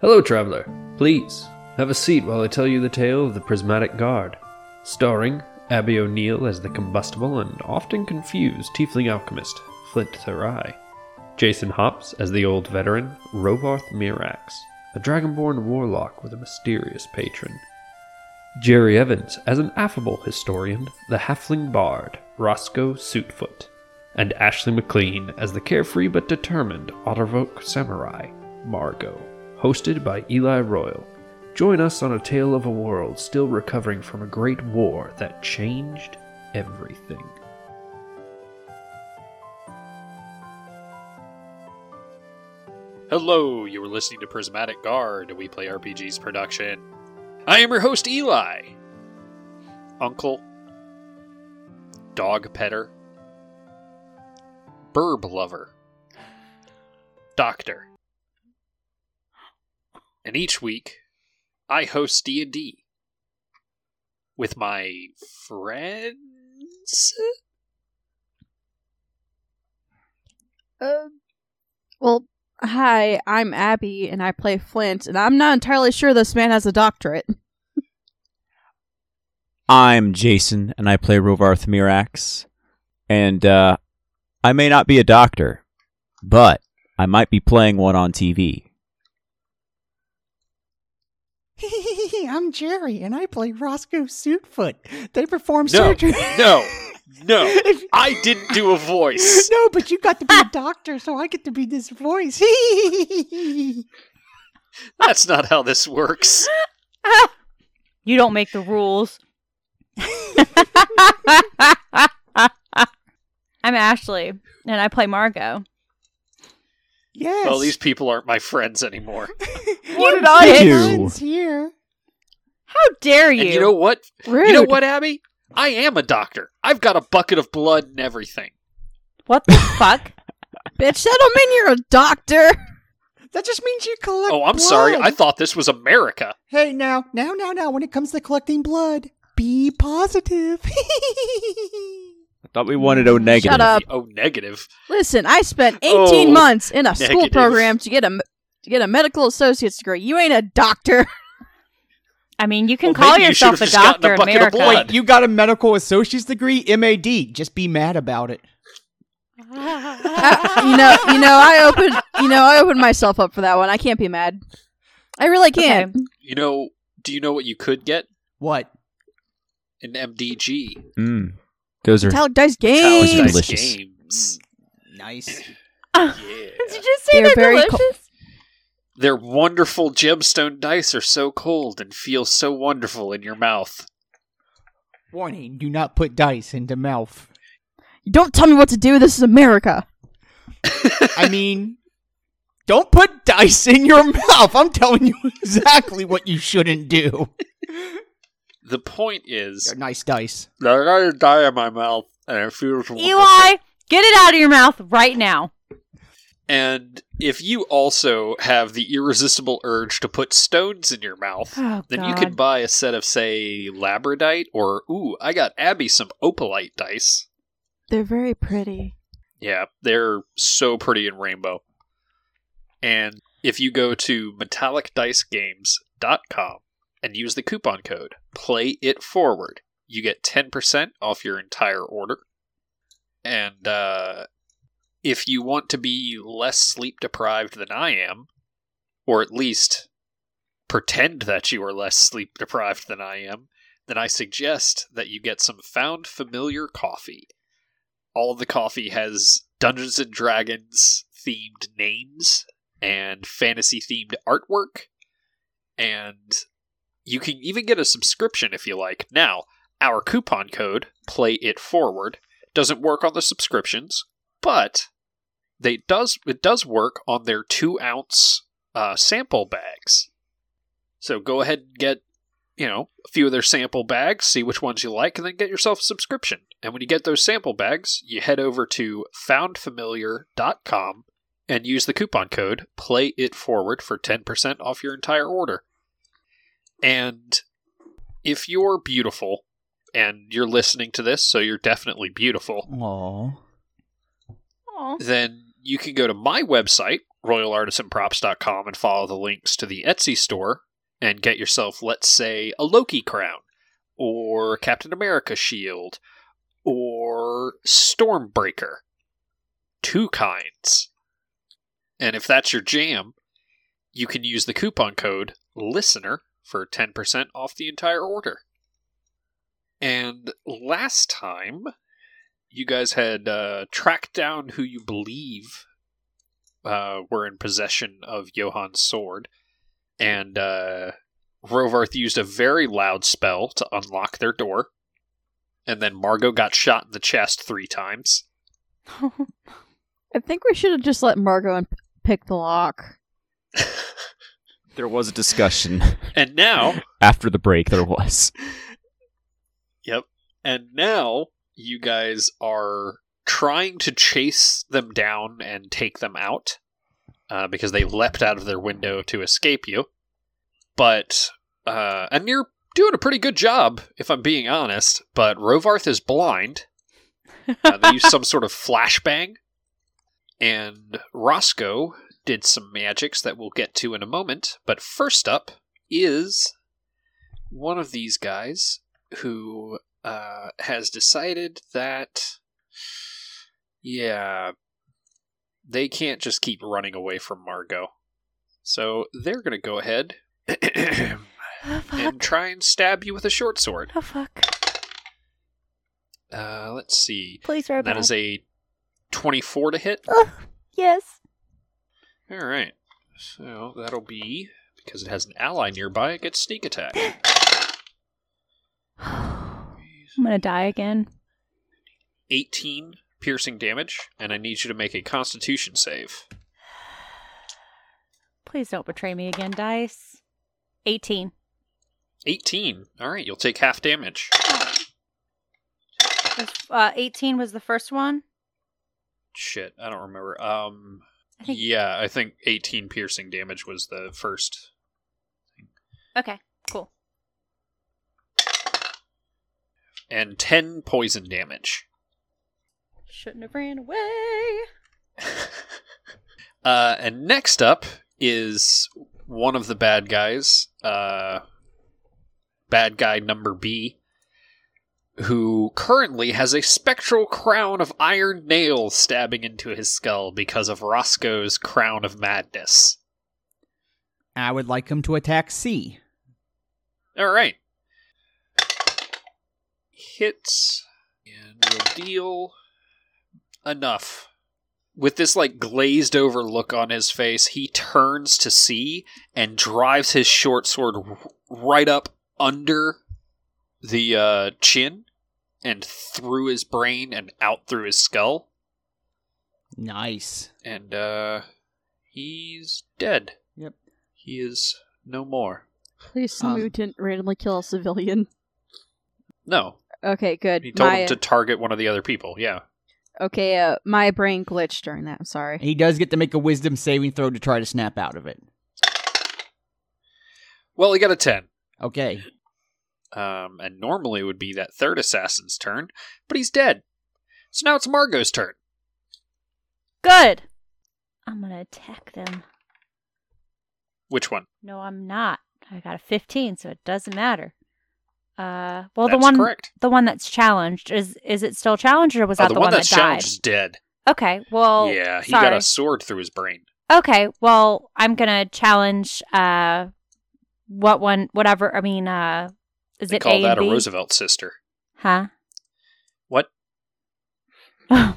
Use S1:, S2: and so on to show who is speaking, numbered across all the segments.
S1: Hello, traveler. Please, have a seat while I tell you the tale of the Prismatic Guard. Starring Abby O'Neill as the combustible and often confused tiefling alchemist, Flint Therai. Jason Hops as the old veteran, Rovarth Mirax, a dragonborn warlock with a mysterious patron. Jerry Evans as an affable historian, the halfling bard, Roscoe Suitfoot. And Ashley McLean as the carefree but determined Ottervoke samurai, Margot, hosted by Eli Royal. Join us on a tale of a world still recovering from a great war that changed everything.
S2: Hello, you are listening to Prismatic Guard, a we play RPGs production. I am your host, Eli. Uncle. Dog petter. Burb lover. Doctor. And each week, I host D&D with my friends.
S3: Uh, well, hi, I'm Abby, and I play Flint, and I'm not entirely sure this man has a doctorate.
S4: I'm Jason, and I play Rovarth Mirax. And uh, I may not be a doctor, but I might be playing one on TV.
S5: I'm Jerry, and I play Roscoe Suitfoot. They perform
S2: No,
S5: surgery.
S2: no, no.
S5: If-
S2: I didn't do a voice.
S5: No, but you got to be a doctor, so I get to be this voice.
S2: That's not how this works.
S6: You don't make the rules. I'm Ashley, and I play Margot.
S5: yes.
S2: Well, these people aren't my friends anymore.
S5: What
S6: did I
S4: do?
S5: Here.
S6: How dare you?
S2: And you know what?
S3: Rude.
S2: You know what, Abby? I am a doctor. I've got a bucket of blood and everything.
S6: what the fuck?
S3: Bitch, that don't mean you're a doctor.
S5: That just means you collect.
S2: Oh, I'm sorry.
S5: blood.
S2: I thought this was America.
S5: hey, now, now, now, now. When it comes to collecting blood, be positive.
S4: I thought we wanted O negative.
S3: Shut up.
S2: Oh, negative.
S3: Listen, I spent 18
S2: Oh,
S3: months in a school
S2: negative.
S3: program to get a to get a medical associate's degree. You ain't a doctor.
S6: I mean, you can
S2: Well,
S6: call
S2: maybe you
S6: yourself
S2: should've
S6: a
S2: just gotten
S6: doctor
S2: a
S6: in
S2: bucket of
S6: America.
S2: blood.
S7: You got a medical associate's degree, MAD. Just be mad about it.
S3: I- you know, you know, I opened, you know, I opened myself up for that one. I can't be mad. I really can't.
S2: You know, do you know what you could get?
S7: What?
S2: An MDG.
S4: Mm. Those are
S3: Metallic dice
S4: Sounds
S2: Alice
S3: games.
S2: Dice
S4: delicious.
S2: Games.
S7: Nice.
S2: Yeah.
S6: Did you just say
S3: They're
S6: they're,
S3: very co-
S6: delicious?
S2: Their wonderful gemstone dice are so cold and feel so wonderful in your mouth.
S7: Warning, do not put dice into mouth.
S3: Don't tell me what to do. This is America.
S7: I mean, don't put dice in your mouth. I'm telling you exactly what you shouldn't do.
S2: The point is,
S7: They're nice dice.
S2: I got a die in my mouth and it feels wonderful.
S6: Eli, get it out of your mouth right now.
S2: And if you also have the irresistible urge to put stones in your mouth,
S6: Oh,
S2: then
S6: God.
S2: you can buy a set of, say, labradite or ooh, I got Abby some opalite dice.
S3: They're very pretty.
S2: Yeah, they're so pretty in rainbow. And if you go to metallicdicegames.com and use the coupon code play it forward, you get 10% off your entire order. And uh, if you want to be less sleep deprived than I am, or at least pretend that you are less sleep deprived than I am, then I suggest that you get some found familiar coffee all of the coffee has Dungeons and Dragons themed names and fantasy themed artwork. And you can even get a subscription if you like. Now, our coupon code, Play It Forward, doesn't work on the subscriptions, but they does it does work on their two ounce uh, sample bags. So go ahead and get you know, a few of their sample bags, see which ones you like, and then get yourself a subscription. And when you get those sample bags, you head over to foundfamiliar.com and use the coupon code play it forward for 10% off your entire order. And if you're beautiful and you're listening to this, so you're definitely beautiful,
S7: Aw.
S6: Aw.
S2: then you can go to my website, royalartisanprops.com and follow the links to the Etsy store and get yourself, let's say, a Loki crown or Captain America shield or Stormbreaker. Two kinds. And if that's your jam, you can use the coupon code LISTENER for 10% off the entire order. And last time, you guys had uh, tracked down who you believe uh, were in possession of Johann's sword, and uh, Rovarth used a very loud spell to unlock their door. And then Margot got shot in the chest three times.
S3: I think we should have just let Margot and pick the lock.
S4: There was a discussion
S2: And now,
S4: after the break. There was.
S2: and now you guys are trying to chase them down and take them out uh, because they leapt out of their window to escape you. But uh, and you're doing a pretty good job, if I'm being honest. But Rovarth is blind. Uh, they used some sort of flashbang, and Roscoe did some magics that we'll get to in a moment. But first up is one of these guys who uh, has decided that, yeah, they can't just keep running away from Margot. So they're going to go ahead and
S6: Oh fuck.
S2: try and stab you with a short sword.
S6: Oh fuck.
S2: Uh, let's see.
S6: Please roll
S2: That is a 24 to hit.
S6: Yes.
S2: All right. So that'll be, because it has an ally nearby, it gets sneak attack.
S6: I'm gonna die again.
S2: 18 piercing damage, and I need you to make a constitution save.
S6: Please don't betray me again, dice. 18.
S2: 18. All right, you'll take half damage.
S6: Uh, 18 was the first one.
S2: Shit, I don't remember. Um,
S6: I think-
S2: yeah, I think 18 piercing damage was the first.
S6: Okay, cool.
S2: And 10 poison damage.
S6: Shouldn't have ran away.
S2: Uh, and next up is one of the bad guys, uh, bad guy number B, who currently has a spectral crown of iron nails stabbing into his skull because of Roscoe's crown of madness.
S5: I would like him to attack C.
S2: All right. Hits and we'll deal enough. With this like glazed over look on his face, he turns to see and drives his short sword r- right up under the uh, chin and through his brain and out through his skull.
S5: Nice.
S2: And uh, he's dead.
S5: Yep.
S2: He is no more.
S3: Please tell me
S5: Um,
S3: we didn't randomly kill a civilian.
S2: No.
S3: Okay, good.
S2: He told
S3: My-
S2: him to target one of the other people. Yeah.
S3: okay, uh, my brain glitched during that. I'm sorry.
S5: He does get to make a wisdom saving throw to try to snap out of it.
S2: Well, he got a 10.
S5: Okay.
S2: um, and normally would be that third assassin's turn, but he's dead. So now it's Margot's turn.
S6: Good. I'm gonna attack them.
S2: Which one?
S6: No, I'm not. I got a 15, so it doesn't matter. Uh, well, the
S2: That's
S6: one,
S2: correct.
S6: the one that's challenged is is it still challenged or was
S2: Oh,
S6: that the, one, that, died?
S2: challenged is dead.
S6: Okay, well,
S2: yeah, he
S6: sorry.
S2: got a sword through his brain.
S6: Okay, well, I'm gonna challenge. Uh, what one? Whatever. I mean, uh, is
S2: They
S6: it
S2: call
S6: a
S2: that
S6: and B?
S2: a Roosevelt sister.
S6: Huh?
S2: What?
S6: I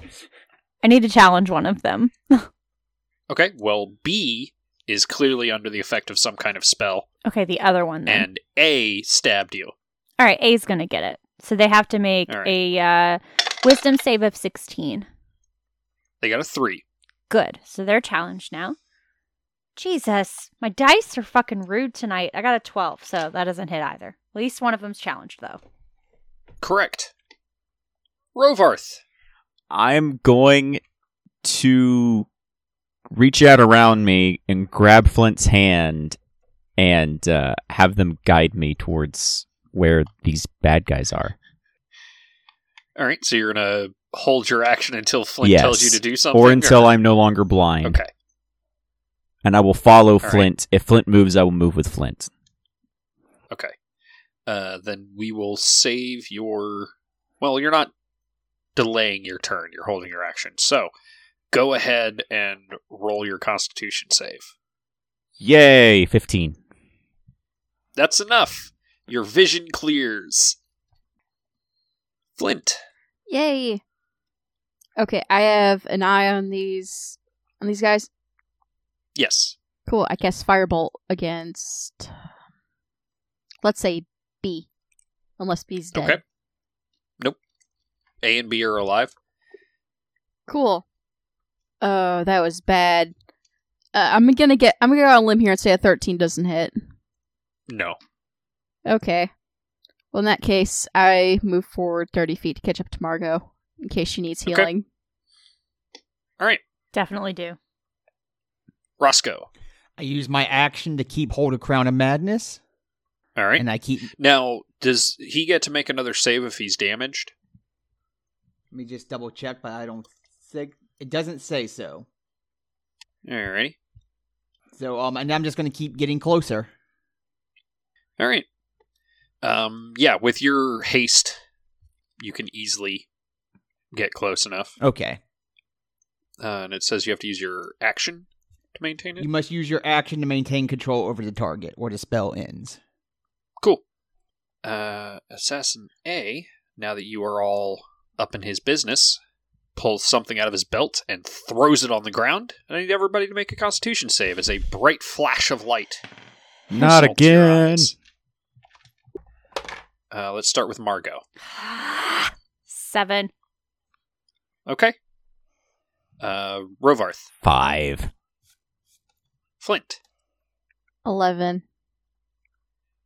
S6: need to challenge one of them.
S2: Okay, well, B is clearly under the effect of some kind of spell,
S6: Okay, the other one then.
S2: and A stabbed you.
S6: All right, A's gonna get it. So they have to make
S2: All right.
S6: a uh, wisdom save of 16.
S2: They got a three.
S6: Good. So they're challenged now. Jesus, my dice are fucking rude tonight. I got a 12, so that doesn't hit either. At least one of them's challenged though.
S2: Correct. Rovarth.
S4: I'm going to reach out around me and grab Flint's hand and uh, have them guide me towards where these bad guys are.
S2: All right, so you're gonna hold your action until Flint
S4: Yes.
S2: tells you to do something,
S4: or until I'm no longer blind.
S2: Okay.
S4: and I will follow
S2: right.
S4: Flint. If Flint moves, I will move with Flint.
S2: Okay. Uh, then we will save your. Well, you're not delaying your turn. You're holding your action. So go ahead and roll your Constitution save.
S4: Yay, 15.
S2: That's enough. Your vision clears. Flint.
S3: Yay. Okay, I have an eye on these on these guys.
S2: Yes.
S3: Cool. I cast firebolt against let's say B. Unless B's dead.
S2: Okay. Nope. A and B are alive.
S3: Cool. Oh, that was bad. Uh, I'm gonna get I'm gonna go on a limb here and say a thirteen doesn't hit.
S2: No.
S3: Okay. Well in that case, I move forward thirty feet to catch up to Margot in case she needs
S2: Okay.
S3: healing.
S2: All right,
S6: Definitely do.
S2: Roscoe.
S5: I use my action to keep hold of Crown of Madness,
S2: All right.
S5: and I keep.
S2: now, does he get to make another save if he's damaged?
S5: Let me just double check, but I don't think it doesn't say so.
S2: All righty.
S5: So um, and I'm just gonna keep getting closer.
S2: All right. Um, yeah, with your haste, you can easily get close enough.
S5: Okay.
S2: Uh, and it says you have to use your action to maintain it.
S5: You must use your action to maintain control over the target where the spell ends.
S2: Cool. Uh, Assassin A, now that you are all up in his business, pulls something out of his belt and throws it on the ground. And I need everybody to make a constitution save as a bright flash of light.
S4: Not
S2: assaults your
S4: again.
S2: eyes. Uh, let's start with Margot.
S6: Seven.
S2: Okay. Uh, Rovarth,
S4: Five.
S2: Flint,
S3: Eleven.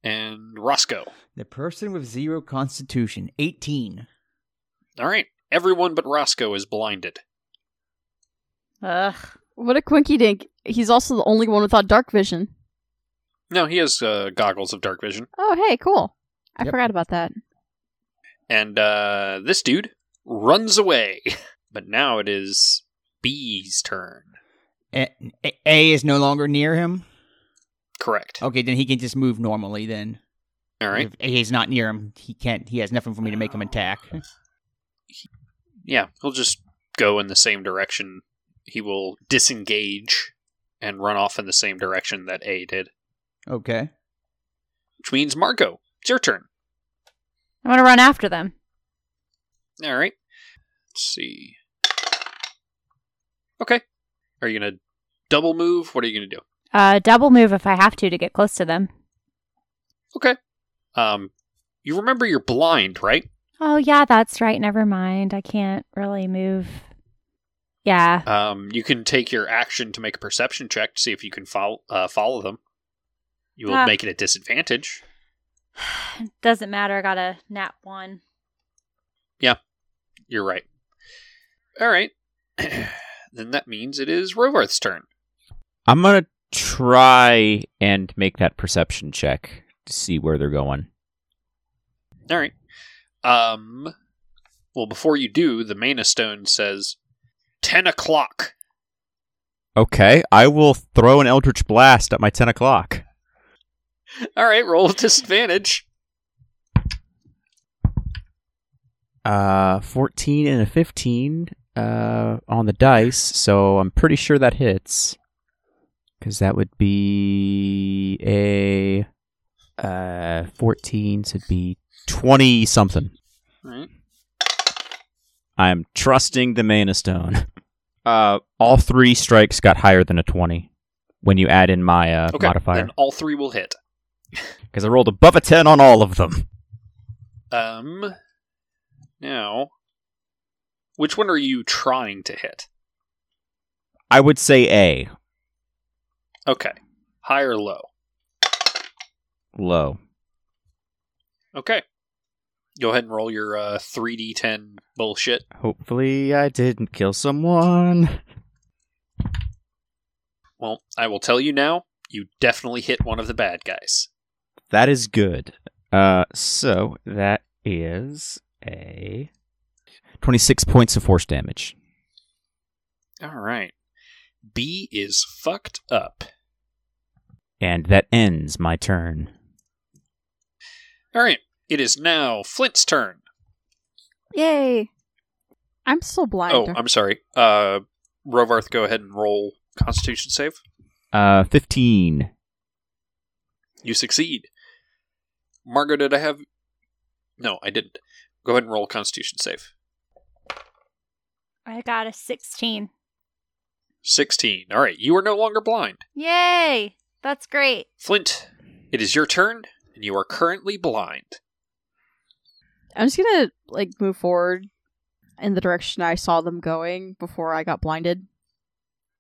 S2: and Roscoe.
S5: The person with zero constitution, 18.
S2: All right. Everyone but Roscoe is blinded.
S6: Ugh.
S3: What a quinky dink. He's also the only one without dark vision.
S2: No, he has uh, goggles of dark vision.
S3: Oh hey, cool. I
S5: Yep.
S3: forgot about that.
S2: And uh, this dude runs away. But now it is B's turn.
S5: A-, A- A is no longer near him.
S2: Correct.
S7: Oh,
S5: Okay, then he can just move normally then.
S2: All right.
S5: If A is not near him, he can't he has nothing for me to make him attack.
S2: Yeah, he'll just go in the same direction. He will disengage and run off in the same direction that A did.
S5: Okay.
S2: Which means Marco, it's your turn.
S6: I'm gonna run after them.
S2: All right. Let's see. Okay. Are you gonna double move? What are you gonna do?
S6: Uh, double move if I have to to get close to them.
S2: Okay. Um, you remember you're blind, right?
S6: Oh yeah, that's right. Never mind. I can't really move. Yeah.
S2: Um, you can take your action to make a perception check to see if you can follow uh, follow them. You will
S6: Ah.
S2: make it a disadvantage.
S6: Doesn't matter. I got a nat one.
S2: You're right. All right. then that means it is Rovarth's turn.
S4: I'm going to try and make that perception check to see where they're going.
S2: All right. Um. Well, before you do, the Mana Stone says ten o'clock.
S4: Okay, I will throw an Eldritch Blast at my 10 o'clock.
S2: All right, roll with disadvantage.
S4: Uh, 14 and a 15 uh, on the dice, so I'm pretty sure that hits. Because that would be a uh, 14, so it'd be 20 something.
S2: All right.
S4: I'm trusting the Mana Stone. Uh, all three strikes got higher than a 20 when you add in my uh,
S2: Okay.
S4: modifier.
S2: Then all three will hit.
S4: Because I rolled above a 10 on all of them.
S2: Um. Now, which one are you trying to hit?
S4: I would say A,
S2: Okay. High or low?
S4: low.
S2: Okay. Go ahead and roll your uh, 3d10 bullshit.
S4: Hopefully I didn't kill someone.
S2: Well, I will tell you now, you definitely hit one of the bad guys.
S4: That is good. Uh, so that is a 26 points of force damage.
S2: All right. B is fucked up.
S4: And that ends my turn.
S2: All right. It is now Flint's turn.
S3: Yay. I'm still blind.
S2: Oh, I'm sorry. Uh, Rovarth, go ahead and roll Constitution save.
S4: Uh, 15.
S2: You succeed. Margot, did I have? No, I didn't. Go ahead and roll Constitution save.
S6: I got a 16.
S2: Sixteen. All right. You are no longer blind.
S6: Yay! That's great.
S2: Flint, it is your turn, and you are currently blind.
S3: I'm just gonna like move forward in the direction I saw them going before I got blinded.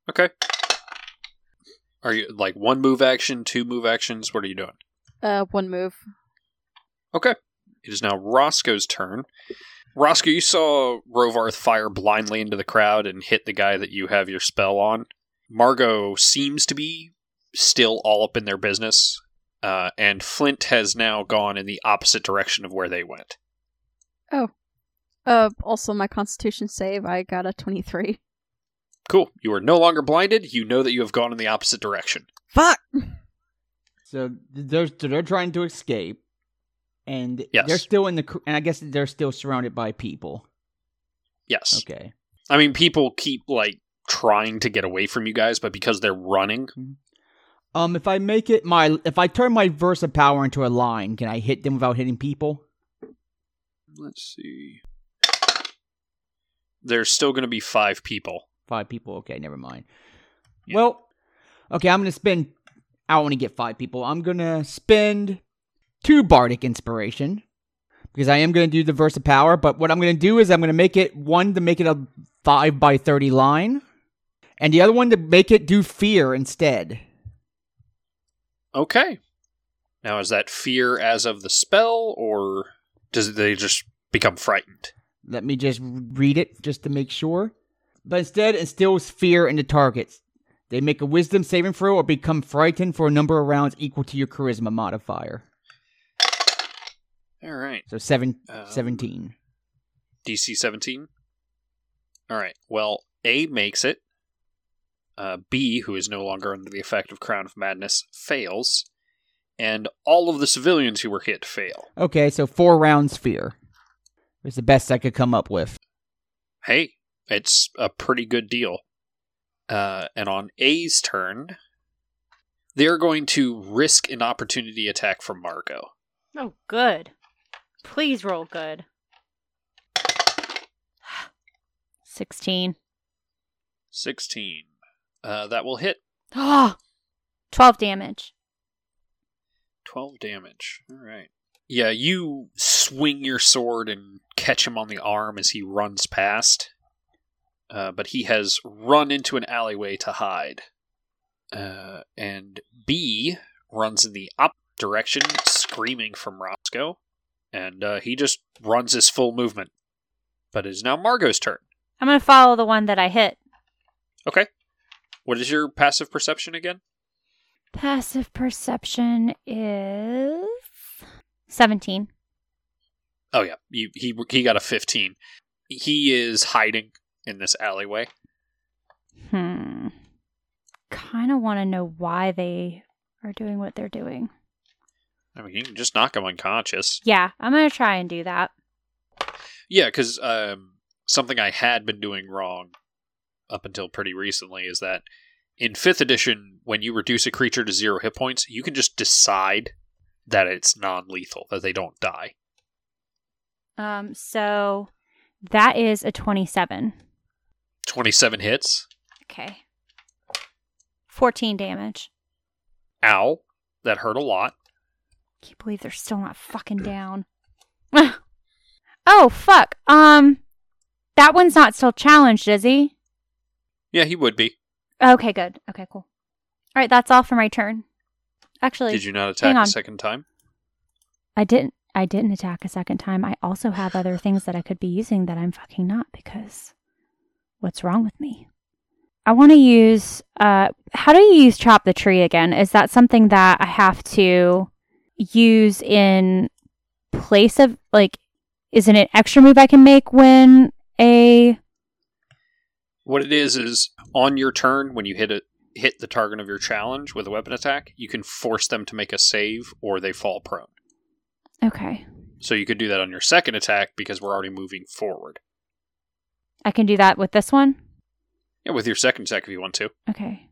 S2: Okay. Are you like one move action, two move actions? What are you doing?
S3: Uh, one move.
S2: Okay. It is now Roscoe's turn. Roscoe, you saw Rovarth fire blindly into the crowd and hit the guy that you have your spell on. Margot seems to be still all up in their business, uh, and Flint has now gone in the opposite direction of where they went.
S3: Uh, also my Constitution save. I got a 23.
S2: Cool. You are no longer blinded. You know that you have gone in the opposite direction.
S5: Fuck.
S7: So they're so they're trying to escape, and
S2: Yes.
S7: they're still in the. cr- And I guess they're still surrounded by people.
S2: Yes.
S7: Okay.
S2: I mean, people keep like trying to get away from you guys, but because they're running,
S7: Um, if I make it my, if I turn my Versa power into a line, can I hit them without hitting people?
S2: let's see. There's still going to be five people.
S7: Five people. Okay, never mind.
S2: Yeah.
S7: Well, okay, I'm gonna spend. I want to get five people. I'm gonna spend two bardic inspiration because I am gonna do the Versa power. But what I'm gonna do is I'm gonna make it one to make it a five by thirty line, and the other one to make it do fear instead.
S2: Okay. Now, is that fear as of the spell, or does they just become frightened?
S7: Let me just read it just to make sure. But instead, instills fear into targets. They make a wisdom saving throw or become frightened for a number of rounds equal to your charisma modifier.
S2: All right.
S7: So seven,
S2: Um,
S7: 17.
S2: DC 17. All right. Well, A makes it. Uh, B, who is no longer under the effect of Crown of Madness, fails. And all of the civilians who were hit fail.
S7: Okay, so four rounds fear. It's the best I could come up with.
S2: Hey, it's a pretty good deal. Uh, and on A's turn, they're going to risk an opportunity attack from Margot.
S6: Oh, good. Please roll good. 16.
S2: 16. Uh, that will hit
S6: Ah, 12 damage.
S2: 12 damage. All right. Yeah, you swing your sword and catch him on the arm as he runs past. Uh, but he has run into an alleyway to hide. Uh, and B runs in the up direction, screaming from Roscoe. And uh, he just runs his full movement. But it is now Margot's turn.
S6: I'm going to follow the one that I hit.
S2: Okay. What is your passive perception again?
S6: Passive perception is 17.
S2: Oh yeah, he he, he got a fifteen. He is hiding in this alleyway.
S6: Hmm. Kind of want to know why they are doing what they're doing.
S2: I mean, you can just knock him unconscious.
S6: Yeah, I'm going to try and do that.
S2: Yeah, because um, something I had been doing wrong up until pretty recently is that in fifth edition, when you reduce a creature to zero hit points, you can just decide that it's non-lethal, that they don't die.
S6: Um so that is a 27.
S2: Twenty-seven hits.
S6: Okay. 14 damage.
S2: Ow, that hurt a lot.
S6: Can't believe they're still not fucking down. oh fuck. Um that one's not still challenged, is he?
S2: Yeah, he would be.
S6: Okay, good. Okay, cool. All right, that's all for my turn. Actually,
S2: Did you not attack
S6: hang
S2: a
S6: on.
S2: second time?
S6: I didn't I didn't attack a second time. I also have other things that I could be using that I'm fucking not because what's wrong with me? I want to use uh how do you use chop the tree again? Is that something that I have to use in place of like is it an extra move I can make when a
S2: What it is is on your turn when you hit it hit the target of your challenge with a weapon attack, you can force them to make a save or they fall prone.
S6: Okay.
S2: So you could do that on your second attack because we're already moving forward.
S6: I can do that with this one?
S2: Yeah, with your second attack if you want to.
S6: Okay.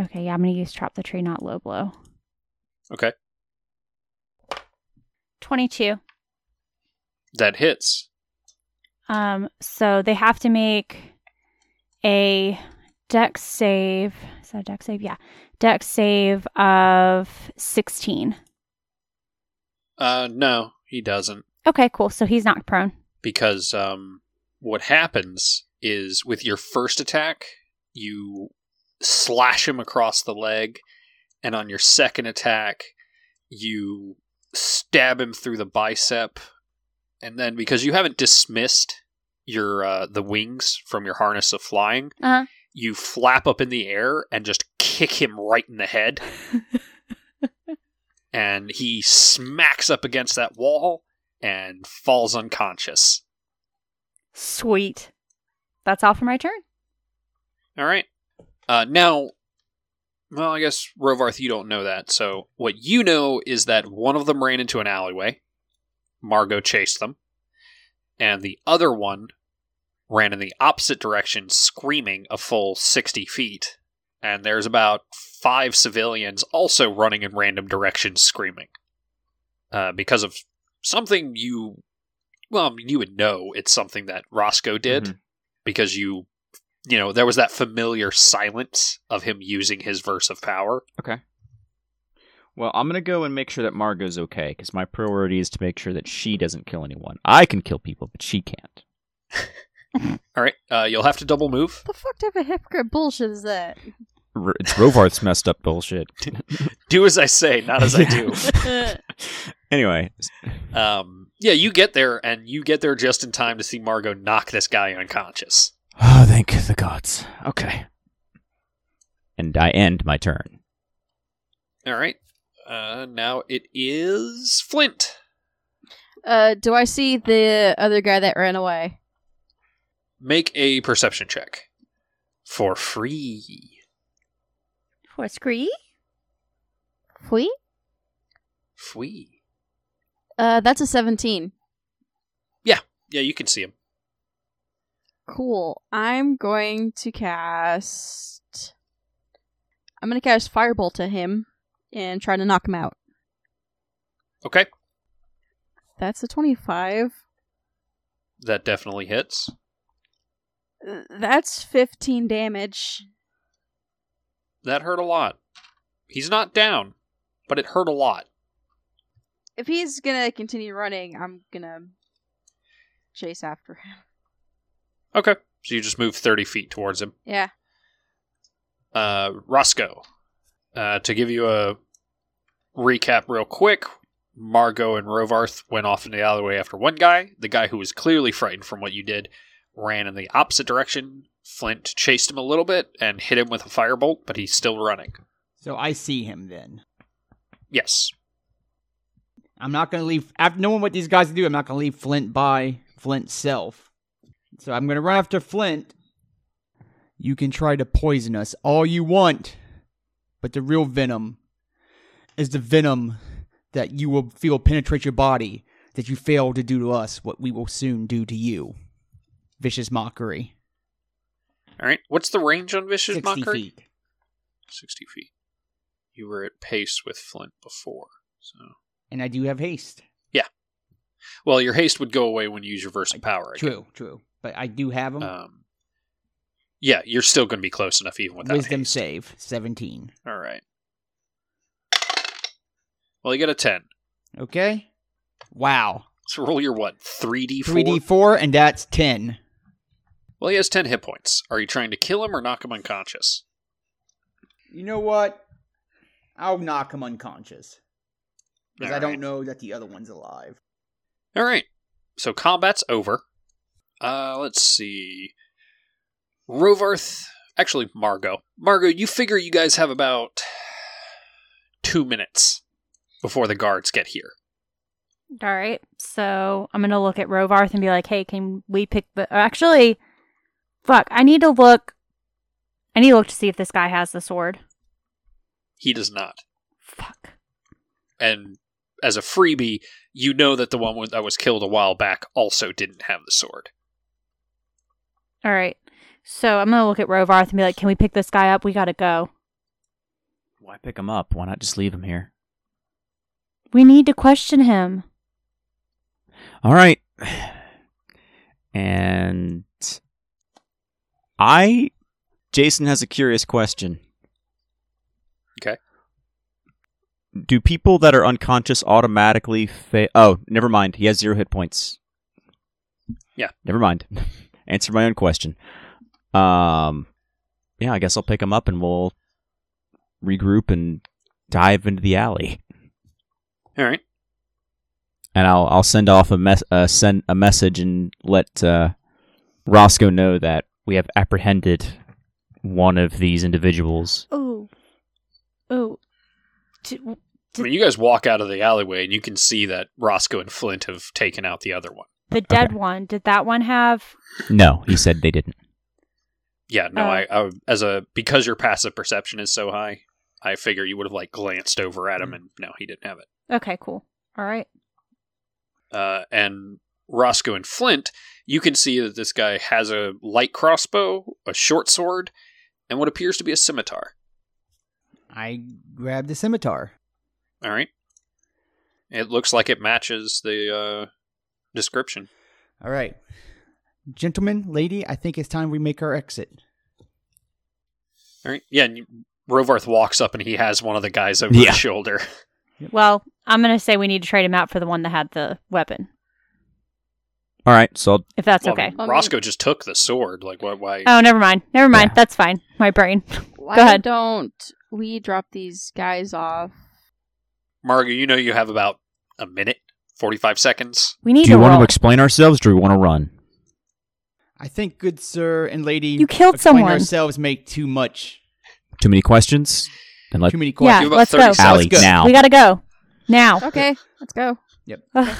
S6: Okay, yeah, I'm going to use Chop the Tree, not Low Blow.
S2: Okay.
S6: 22.
S2: That hits.
S6: Um, so they have to make a deck save. Is that a deck save? Yeah. Deck save of 16.
S2: Uh no, he doesn't
S6: Okay, cool. So he's knocked prone.
S2: because um what happens is with your first attack, you slash him across the leg and on your second attack, you stab him through the bicep and then because you haven't dismissed your uh, the wings from your harness of flying,
S6: Uh-huh.
S2: you flap up in the air and just kick him right in the head. and he smacks up against that wall and falls unconscious.
S6: Sweet. That's all for my turn.
S2: All right. Uh, now, well, I guess Rovarth, you don't know that. So what you know is that one of them ran into an alleyway. Margot chased them, and the other one ran in the opposite direction, screaming a full sixty feet. And there's about five civilians also running in random directions, screaming, uh, because of something you. Well, I mean, you would know it's something that Roscoe did
S4: Mhm.
S2: because you you know, there was that familiar silence of him using his verse of power.
S4: Well, I'm gonna go and make sure that Margot's okay, because my priority is to make sure that she doesn't kill anyone. I can kill people, but she can't.
S2: All right, uh, you'll have to double move.
S3: the fuck type of hypocrite bullshit is that?
S4: R- it's Rovarth's messed up bullshit.
S2: Do as I say, not as I do.
S4: Yeah. anyway,
S2: Um, yeah, you get there, and you get there just in time to see Margot knock this guy unconscious.
S4: oh, thank the gods. Okay. And I end my turn.
S2: All right, uh, now it is Flint.
S3: Uh, do I see the other guy that ran away?
S2: Make a perception check for free.
S6: For Scree?
S3: We?
S2: Free.
S3: Uh, that's a 17.
S2: Yeah, you can see him.
S3: Cool. I'm going to cast. I'm going to cast Firebolt to him and try to knock him out.
S2: Okay,
S3: That's a 25.
S2: that definitely hits.
S3: Uh, That's 15 damage.
S2: That hurt a lot. He's not down, but it hurt a lot.
S3: If he's going to continue running, I'm going to chase after him.
S2: Okay, so you just move thirty feet towards him.
S3: Yeah.
S2: uh, Roscoe. Uh, to give you a recap real quick, Margot and Rovarth went off in the alleyway after one guy. The guy who was clearly frightened from what you did ran in the opposite direction. Flint chased him a little bit and hit him with a firebolt, but he's still running.
S7: So I see him then.
S2: Yes.
S7: I'm not gonna leave. After knowing what these guys do, I'm not gonna leave Flint by Flint's self. So I'm gonna run after Flint. You can try to poison us all you want, but the real venom is the venom that you will feel penetrate your body that you failed to do to us. What we will soon do to you. Vicious mockery.
S2: All right. What's the range on Vicious
S7: Sixty
S2: Mockery?
S7: feet.
S2: 60 feet. You were at pace with Flint before. So,
S7: And I do have haste.
S2: Well, your haste would go away when you use your Verse of Power. again.
S7: True, true. But I do have him.
S2: Um, yeah, you're still going to be close enough even without
S7: Wisdom
S2: haste.
S7: save seventeen.
S2: All right. Well, you get a 10.
S7: Okay. Wow.
S2: So roll your what? 3d4?
S7: 3d4 and that's 10
S2: Well, he has 10 hit points. Are you trying to kill him or knock him unconscious?
S7: you know what i'll knock him unconscious because i
S2: All
S7: don't
S2: right.
S7: know that the other one's alive
S2: All right. So combat's over. Uh, let's see. Rovarth, actually Margot. Margot, you figure you guys have about 2 minutes before the guards get here.
S6: All right. So I'm going to look at Rovarth and be like, hey, can we pick the. Or actually, Fuck, I need to look. I need to look to see if this guy has the sword.
S2: He does not.
S6: Fuck.
S2: And as a freebie, you know that the one with- that was killed a while back also didn't have the sword.
S6: All right. So I'm gonna look at Rovarth and be like, "Can we pick this guy up? We gotta go.
S4: Why pick him up? Why not just leave him here?
S6: We need to question him."
S4: All right. And I Jason has a curious question.
S2: Okay.
S4: Do people that are unconscious automatically fa- Oh, never mind. He has 0 hit points.
S2: Yeah.
S4: Never mind. Answer my own question. Um yeah, I guess I'll pick him up and we'll regroup and dive into the alley
S2: All right.
S4: and I'll I'll send off a mess uh, send a message and let uh, Roscoe know that we have apprehended one of these individuals.
S6: Oh. Oh.
S2: I mean, you guys walk out of the alleyway and you can see that Roscoe and Flint have taken out the other one.
S6: The dead one. Did that one have?
S4: No, he said they didn't.
S2: Yeah, no,
S6: Oh.
S2: I, I as a because your passive perception is so high, I figure you would have like glanced over at him and no, he didn't have it.
S6: Okay. Cool. All right.
S2: uh, and Roscoe and Flint, you can see that this guy has a light crossbow, a short sword, and what appears to be a scimitar.
S7: I grabbed the scimitar.
S2: All right. It looks like it matches the uh, description.
S7: All right. Gentlemen, lady, I think it's time we make our exit.
S2: All right. Yeah, and you, Rovarth walks up and he has one of the guys over
S4: Yeah.
S2: his shoulder.
S6: Well, I'm gonna say we need to trade him out for the one that had the weapon,
S4: All right, so I'll,
S6: if that's
S2: Well, I
S6: okay.
S2: mean,
S3: Well, I mean-
S2: Roscoe just took the sword. Like, why? why
S6: Oh, never mind. Never mind.
S4: Yeah.
S6: That's fine. My brain.
S3: Why
S6: ahead.
S3: don't we drop these guys off?
S2: Margo, you know you have about a minute, 45 seconds.
S6: We need
S4: do you
S6: to
S4: want
S6: roll.
S4: to explain ourselves? Or do we want to run?
S7: I think, good sir and lady,
S6: You killed
S7: explain
S6: someone.
S7: Ourselves make too much,
S4: Too many questions. And let
S7: too many
S6: Yeah,
S7: questions.
S2: Give about
S6: let's
S2: 30
S6: go.
S2: seconds.
S4: Allie
S7: Ah, let's go.
S4: now.
S6: We gotta go now.
S3: Okay, let's go.
S6: Ugh.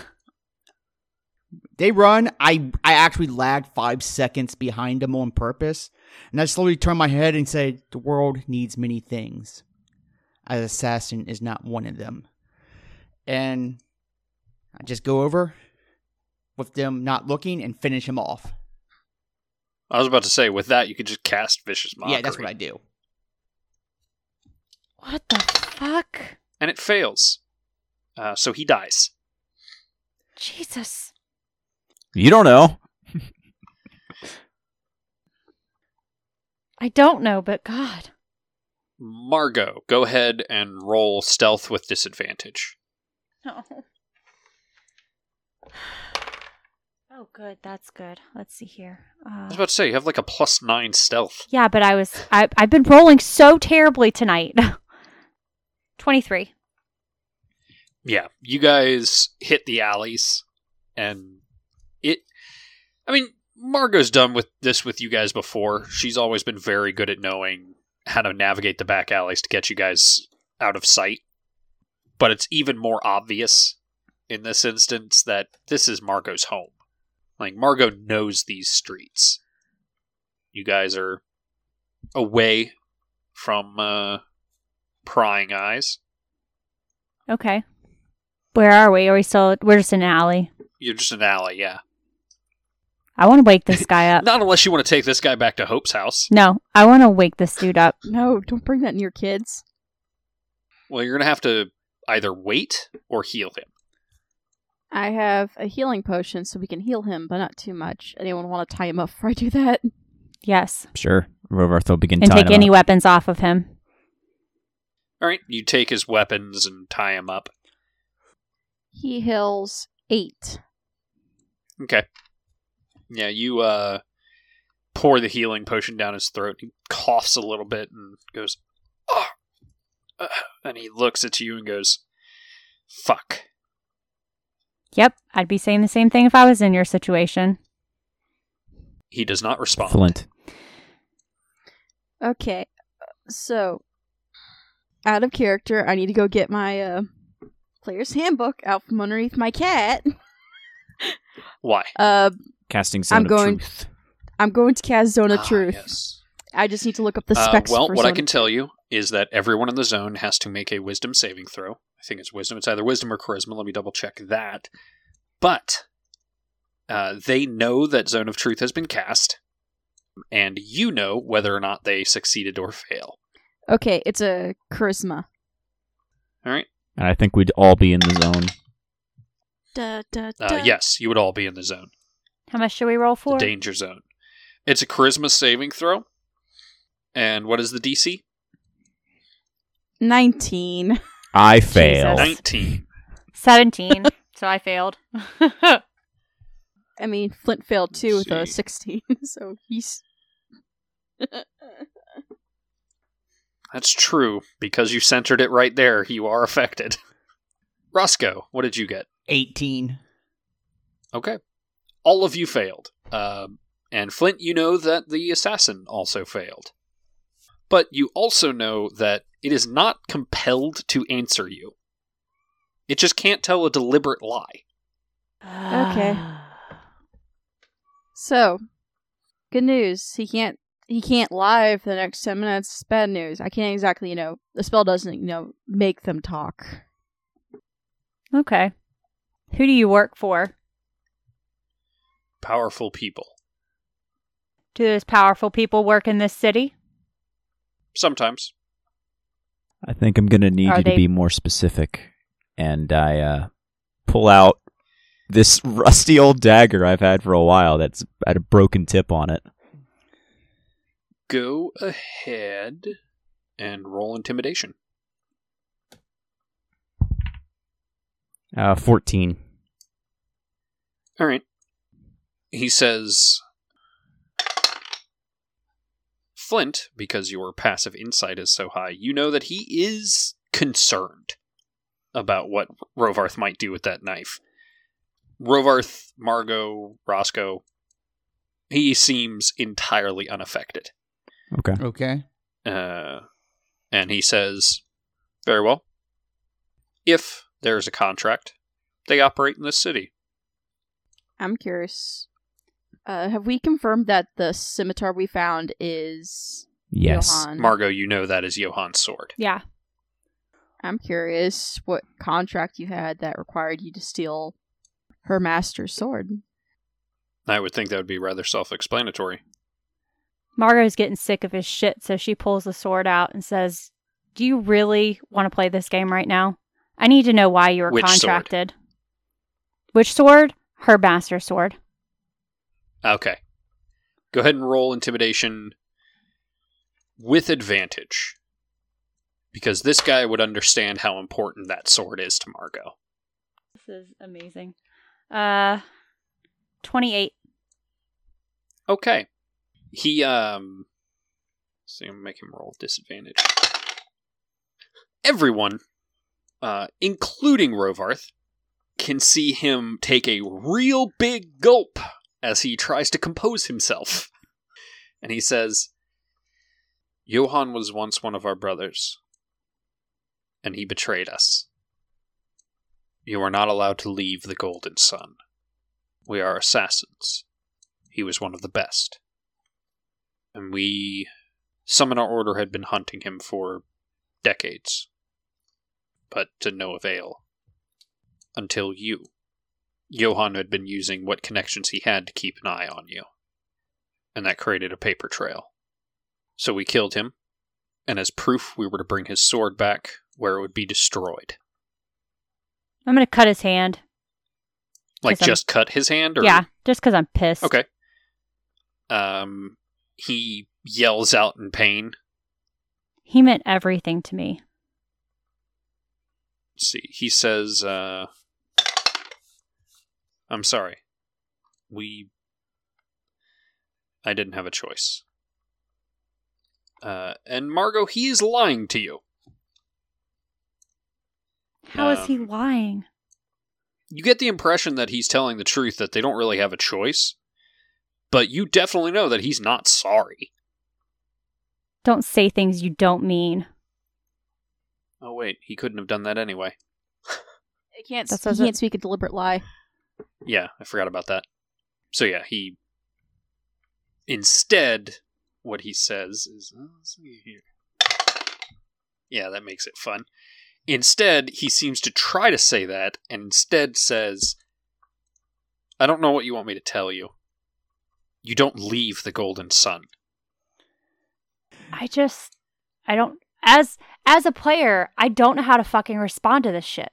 S7: They run. I I actually lagged five seconds behind them on purpose, and I slowly turned my head and said, "The world needs many things. An assassin is not one of them." And I just go over with them not looking and finish him off.
S2: I was about to say, with that, you could just cast Vicious Mockery.
S7: Yeah, that's what I do.
S6: What the fuck?
S2: And it fails. Uh, so he dies.
S6: Jesus.
S4: you don't know.
S6: I don't know, but God.
S2: Margot, go ahead and roll stealth with disadvantage.
S6: No. Oh, good. That's good. Let's see here.
S2: I was
S6: Uh,
S2: about to say, you have like a plus nine stealth.
S6: yeah, but I was. I, I've been rolling so terribly tonight. 23.
S2: Yeah, you guys hit the alleys, and it. I mean, Margot's done with this with you guys before. She's always been very good at knowing how to navigate the back alleys to get you guys out of sight. But it's even more obvious in this instance that this is Margot's home. Like, Margot knows these streets. You guys are away from uh, prying eyes.
S6: Okay. Where are we? Are we still. We're just in an alley.
S2: You're just in an alley, yeah.
S6: I want to wake this guy up.
S2: Not unless you want to take this guy back to Hope's house.
S6: No, I want to wake this dude up.
S3: No, don't bring that near kids.
S2: Well, you're going to have to either wait or heal him.
S3: I have a healing potion so we can heal him, but not too much. Anyone want to tie him up before I do that?
S6: Yes.
S4: Sure, Rovarth will begin
S6: And
S4: tying
S6: take
S4: him
S6: any
S4: up.
S6: weapons off of him.
S2: All right, you take his weapons and tie him up.
S3: He heals eight.
S2: Okay. Yeah, you uh pour the healing potion down his throat. He coughs a little bit and goes, "Oh." Uh, and he looks at you and goes, "Fuck."
S6: Yep. I'd be saying the same thing if I was in your situation.
S2: He does not respond.
S4: Flint.
S3: Okay, so out of character, I need to go get my uh, player's handbook out from underneath my cat.
S2: Why?
S3: Uh,
S4: Casting zone
S3: I'm
S4: of
S3: going-
S4: truth.
S3: I'm going to cast Zone of
S2: Ah,
S3: Truth.
S2: yes.
S3: I just need to look up the
S2: Uh,
S3: specs.
S2: well,
S3: for
S2: what
S3: Zone
S2: I
S3: of
S2: can
S3: Truth.
S2: tell you is that everyone in the zone has to make a wisdom saving throw. I think it's wisdom. It's either wisdom or charisma. Let me double check that. But uh, they know that Zone of Truth has been cast, and you know whether or not they succeeded or fail.
S3: Okay, it's a charisma.
S2: All right.
S4: And I think we'd all be in the zone.
S3: Da, da,
S2: Uh, yes, you would all be in the zone,
S6: How much should we roll
S2: the
S6: for?
S2: danger zone. It's a charisma saving throw. And what is the DC?
S3: Nineteen.
S4: I fail.
S6: Jesus.
S2: 19.
S6: 17. so I failed.
S3: I mean, Flint failed too with a
S2: See.
S3: sixteen, so he's.
S2: That's true. Because you centered it right there, you are affected. Roscoe, what did you get?
S7: 18.
S2: Okay. All of you failed. Um, and Flint, you know that the assassin also failed. But you also know that it is not compelled to answer you. It just can't tell a deliberate lie.
S3: Okay. So, good news. He can't. He can't lie for the next ten minutes. Bad news. I can't exactly, you know, the spell doesn't, you know, make them talk.
S6: Okay. Who do you work for?
S2: Powerful people.
S6: Do those powerful people work in this city?
S2: Sometimes.
S4: I think I'm gonna need
S6: Are
S4: you
S6: they-
S4: to be more specific. And I uh, pull out this rusty old dagger I've had for a while that's had a broken tip on it.
S2: Go ahead and roll intimidation.
S4: Uh, fourteen.
S2: All right. He says, Flint, because your passive insight is so high, you know that he is concerned about what Rovarth might do with that knife. Rovarth, Margot, Roscoe, he seems entirely unaffected.
S4: Okay.
S7: Okay.
S2: Uh, and he says, Very well. If there's a contract, they operate in this city.
S3: I'm curious. Uh, have we confirmed that the scimitar we found is
S4: Yes.
S3: Johann?
S2: Margot, you know that is Johann's sword.
S6: Yeah.
S3: I'm curious what contract you had that required you to steal her master's sword.
S2: I would think that would be rather self explanatory.
S6: Margot's getting sick of his shit, so she pulls the sword out and says, Do you really want to play this game right now? I need to know why you were
S2: Which sword?
S6: contracted. Which sword? Her master sword.
S2: Okay. Go ahead and roll intimidation with advantage. Because this guy would understand how important that sword is to Margot.
S6: This is amazing. Uh, 28.
S2: Okay. He um so I'm gonna make him roll disadvantage. Everyone, uh, including Rovarth, can see him take a real big gulp as he tries to compose himself. And he says Johann was once one of our brothers, and he betrayed us. You are not allowed to leave the Golden Sun. We are assassins he was one of the best. And we, some in our order, had been hunting him for decades, but to no avail. Until you. Johann had been using what connections he had to keep an eye on you, and that created a paper trail. So we killed him, and as proof, we were to bring his sword back where it would be destroyed.
S6: I'm going to cut his hand.
S2: Like,
S6: Yes, I'm-
S2: just cut his hand, or
S6: Yeah, just because I'm pissed.
S2: Okay. Um, he yells out in pain.
S6: He meant everything to me.
S2: Let's see. He says, uh, "I'm sorry. We. I didn't have a choice." Uh, and Margot, he is lying to you.
S6: How is he
S2: Um,
S6: lying?
S2: You get the impression that he's telling the truth that they don't really have a choice, but you definitely know that he's not sorry.
S6: Don't say things you don't mean.
S2: Oh wait, he couldn't have done that anyway.
S3: I can't.
S6: That
S3: He
S6: says
S3: can't
S6: it.
S3: speak a deliberate lie.
S2: Yeah, I forgot about that. So yeah, he Instead, what he says is, uh, let's see here. yeah, that makes it fun. Instead, he seems to try to say that, and instead says, "I don't know what you want me to tell you. You don't leave the Golden Sun."
S6: I just I don't as as a player, I don't know how to fucking respond to this shit.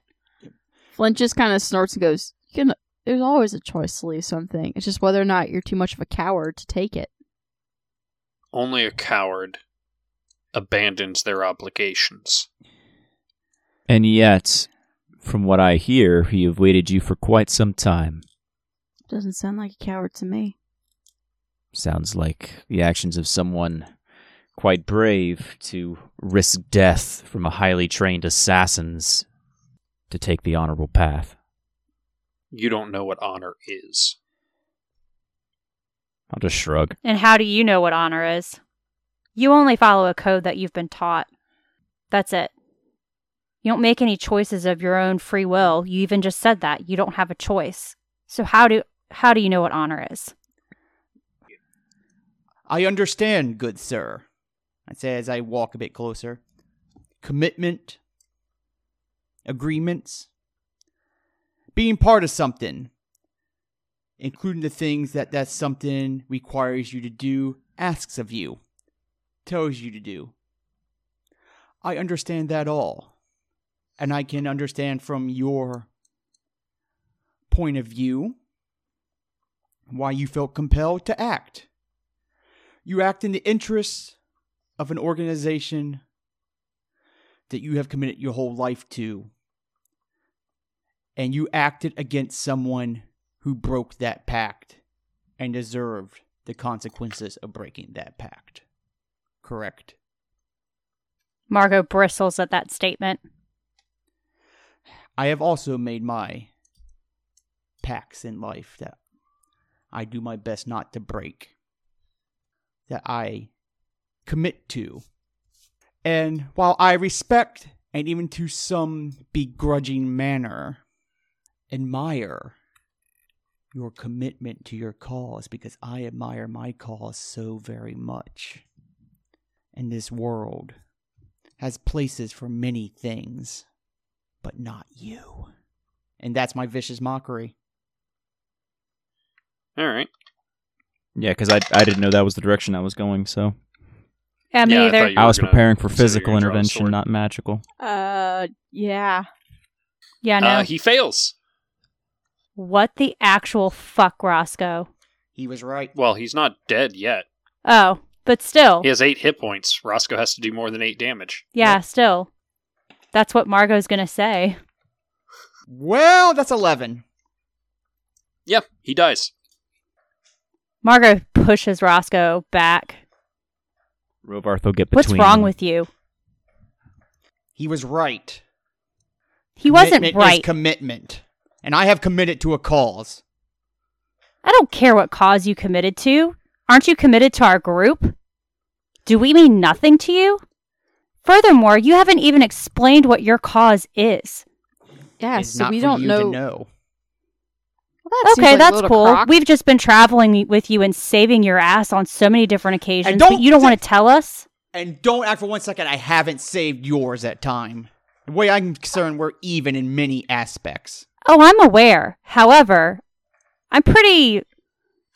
S3: Flint just kind of snorts and goes, "You can." There's always a choice to leave something. It's just whether or not you're too much of a coward to take it.
S2: Only a coward abandons their obligations.
S4: And yet, from what I hear, he avoided you for quite some time.
S3: Doesn't sound like a coward to me.
S4: Sounds like the actions of someone quite brave to risk death from a highly trained assassin's to take the honorable path.
S2: You don't know what honor is.
S4: I'll just shrug.
S6: And how do you know what honor is? You only follow a code that you've been taught. That's it. You don't make any choices of your own free will. You even just said that. You don't have a choice. So how do how do you know what honor is?
S7: I understand, good sir, I say as I walk a bit closer. Commitment, agreements, being part of something, including the things that that something requires you to do, asks of you, tells you to do. I understand that all, and I can understand from your point of view why you felt compelled to act. You act in the interests of an organization that you have committed your whole life to, and you acted against someone who broke that pact and deserved the consequences of breaking that pact. Correct.
S6: Margot bristles at that statement.
S7: I have also made my pacts in life that I do my best not to break, that I commit to. And while I respect and even to some begrudging manner admire your commitment to your cause because I admire my cause so very much. And this world has places for many things, but not you. And that's my vicious mockery.
S2: All right.
S4: Yeah, because I, I didn't know that was the direction I was going, so.
S6: Yeah, me
S2: Yeah, I
S6: either.
S2: thought you
S4: I
S2: were
S4: was
S2: gonna
S4: preparing for
S2: say you're
S4: physical
S2: gonna draw a
S4: intervention,
S2: sword.
S4: not magical.
S3: Uh, yeah.
S6: yeah, no.
S2: Uh, he fails.
S6: what the actual fuck, Roscoe?
S7: He was right.
S2: Well, he's not dead yet.
S6: Oh, but still.
S2: He has eight hit points. Roscoe has to do more than eight damage.
S6: Yeah, still. That's what Margot's going to say.
S7: Well, that's 11.
S2: Yeah, he dies.
S6: Margot pushes Roscoe back.
S4: Rovarth will get between.
S6: What's wrong
S4: them.
S6: with you?
S7: He was right.
S6: He wasn't
S7: Commitment
S6: right.
S7: Is commitment. And I have committed to a cause.
S6: I don't care what cause you committed to. Aren't you committed to our group? Do we mean nothing to you? Furthermore, you haven't even explained what your cause is.
S3: Yeah,
S7: It's
S3: so
S7: not
S3: we
S7: for
S3: don't
S7: you
S3: know.
S7: To know.
S3: Well, that seems
S6: okay,
S3: like a
S6: that's
S3: little
S6: cool.
S3: crock.
S6: We've just been traveling with you and saving your ass on so many different occasions,
S7: don't
S6: but you don't
S7: thi-
S6: want to tell us?
S7: And don't act for one second I haven't saved yours at time. The way I'm concerned, we're even in many aspects.
S6: Oh, I'm aware. However, I'm pretty.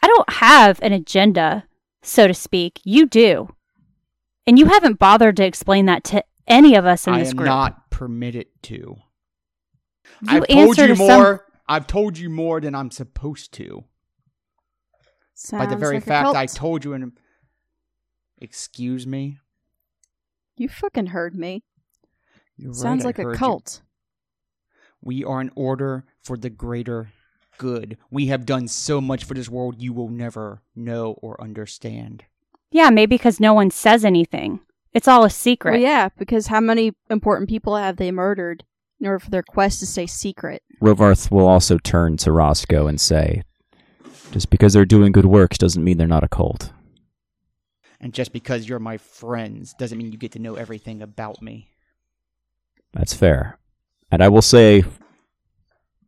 S6: I don't have an agenda, so to speak. You do. And you haven't bothered to explain that to any of us in
S7: I
S6: this
S7: am
S6: group.
S7: not permitted to.
S6: you
S7: I've told
S6: answer
S7: you
S6: to some-
S7: more. I've told you more than I'm supposed to. by the
S3: Sounds
S7: very
S3: like a
S7: fact I
S3: cult.
S7: told you and Excuse me?
S3: you fucking heard me.
S7: You're right,
S3: Sounds
S7: I
S3: like a
S7: heard you.
S3: cult.
S7: We are an order for the greater good. We have done so much for this world you will never know or understand.
S6: Yeah, maybe because no one says anything. It's all a secret.
S3: Well, yeah, because how many important people have they murdered in order for their quest to stay secret?
S4: Rovarth will also turn to Roscoe and say, just because they're doing good works doesn't mean they're not a cult.
S7: And just because you're my friends doesn't mean you get to know everything about me.
S4: That's fair. And I will say,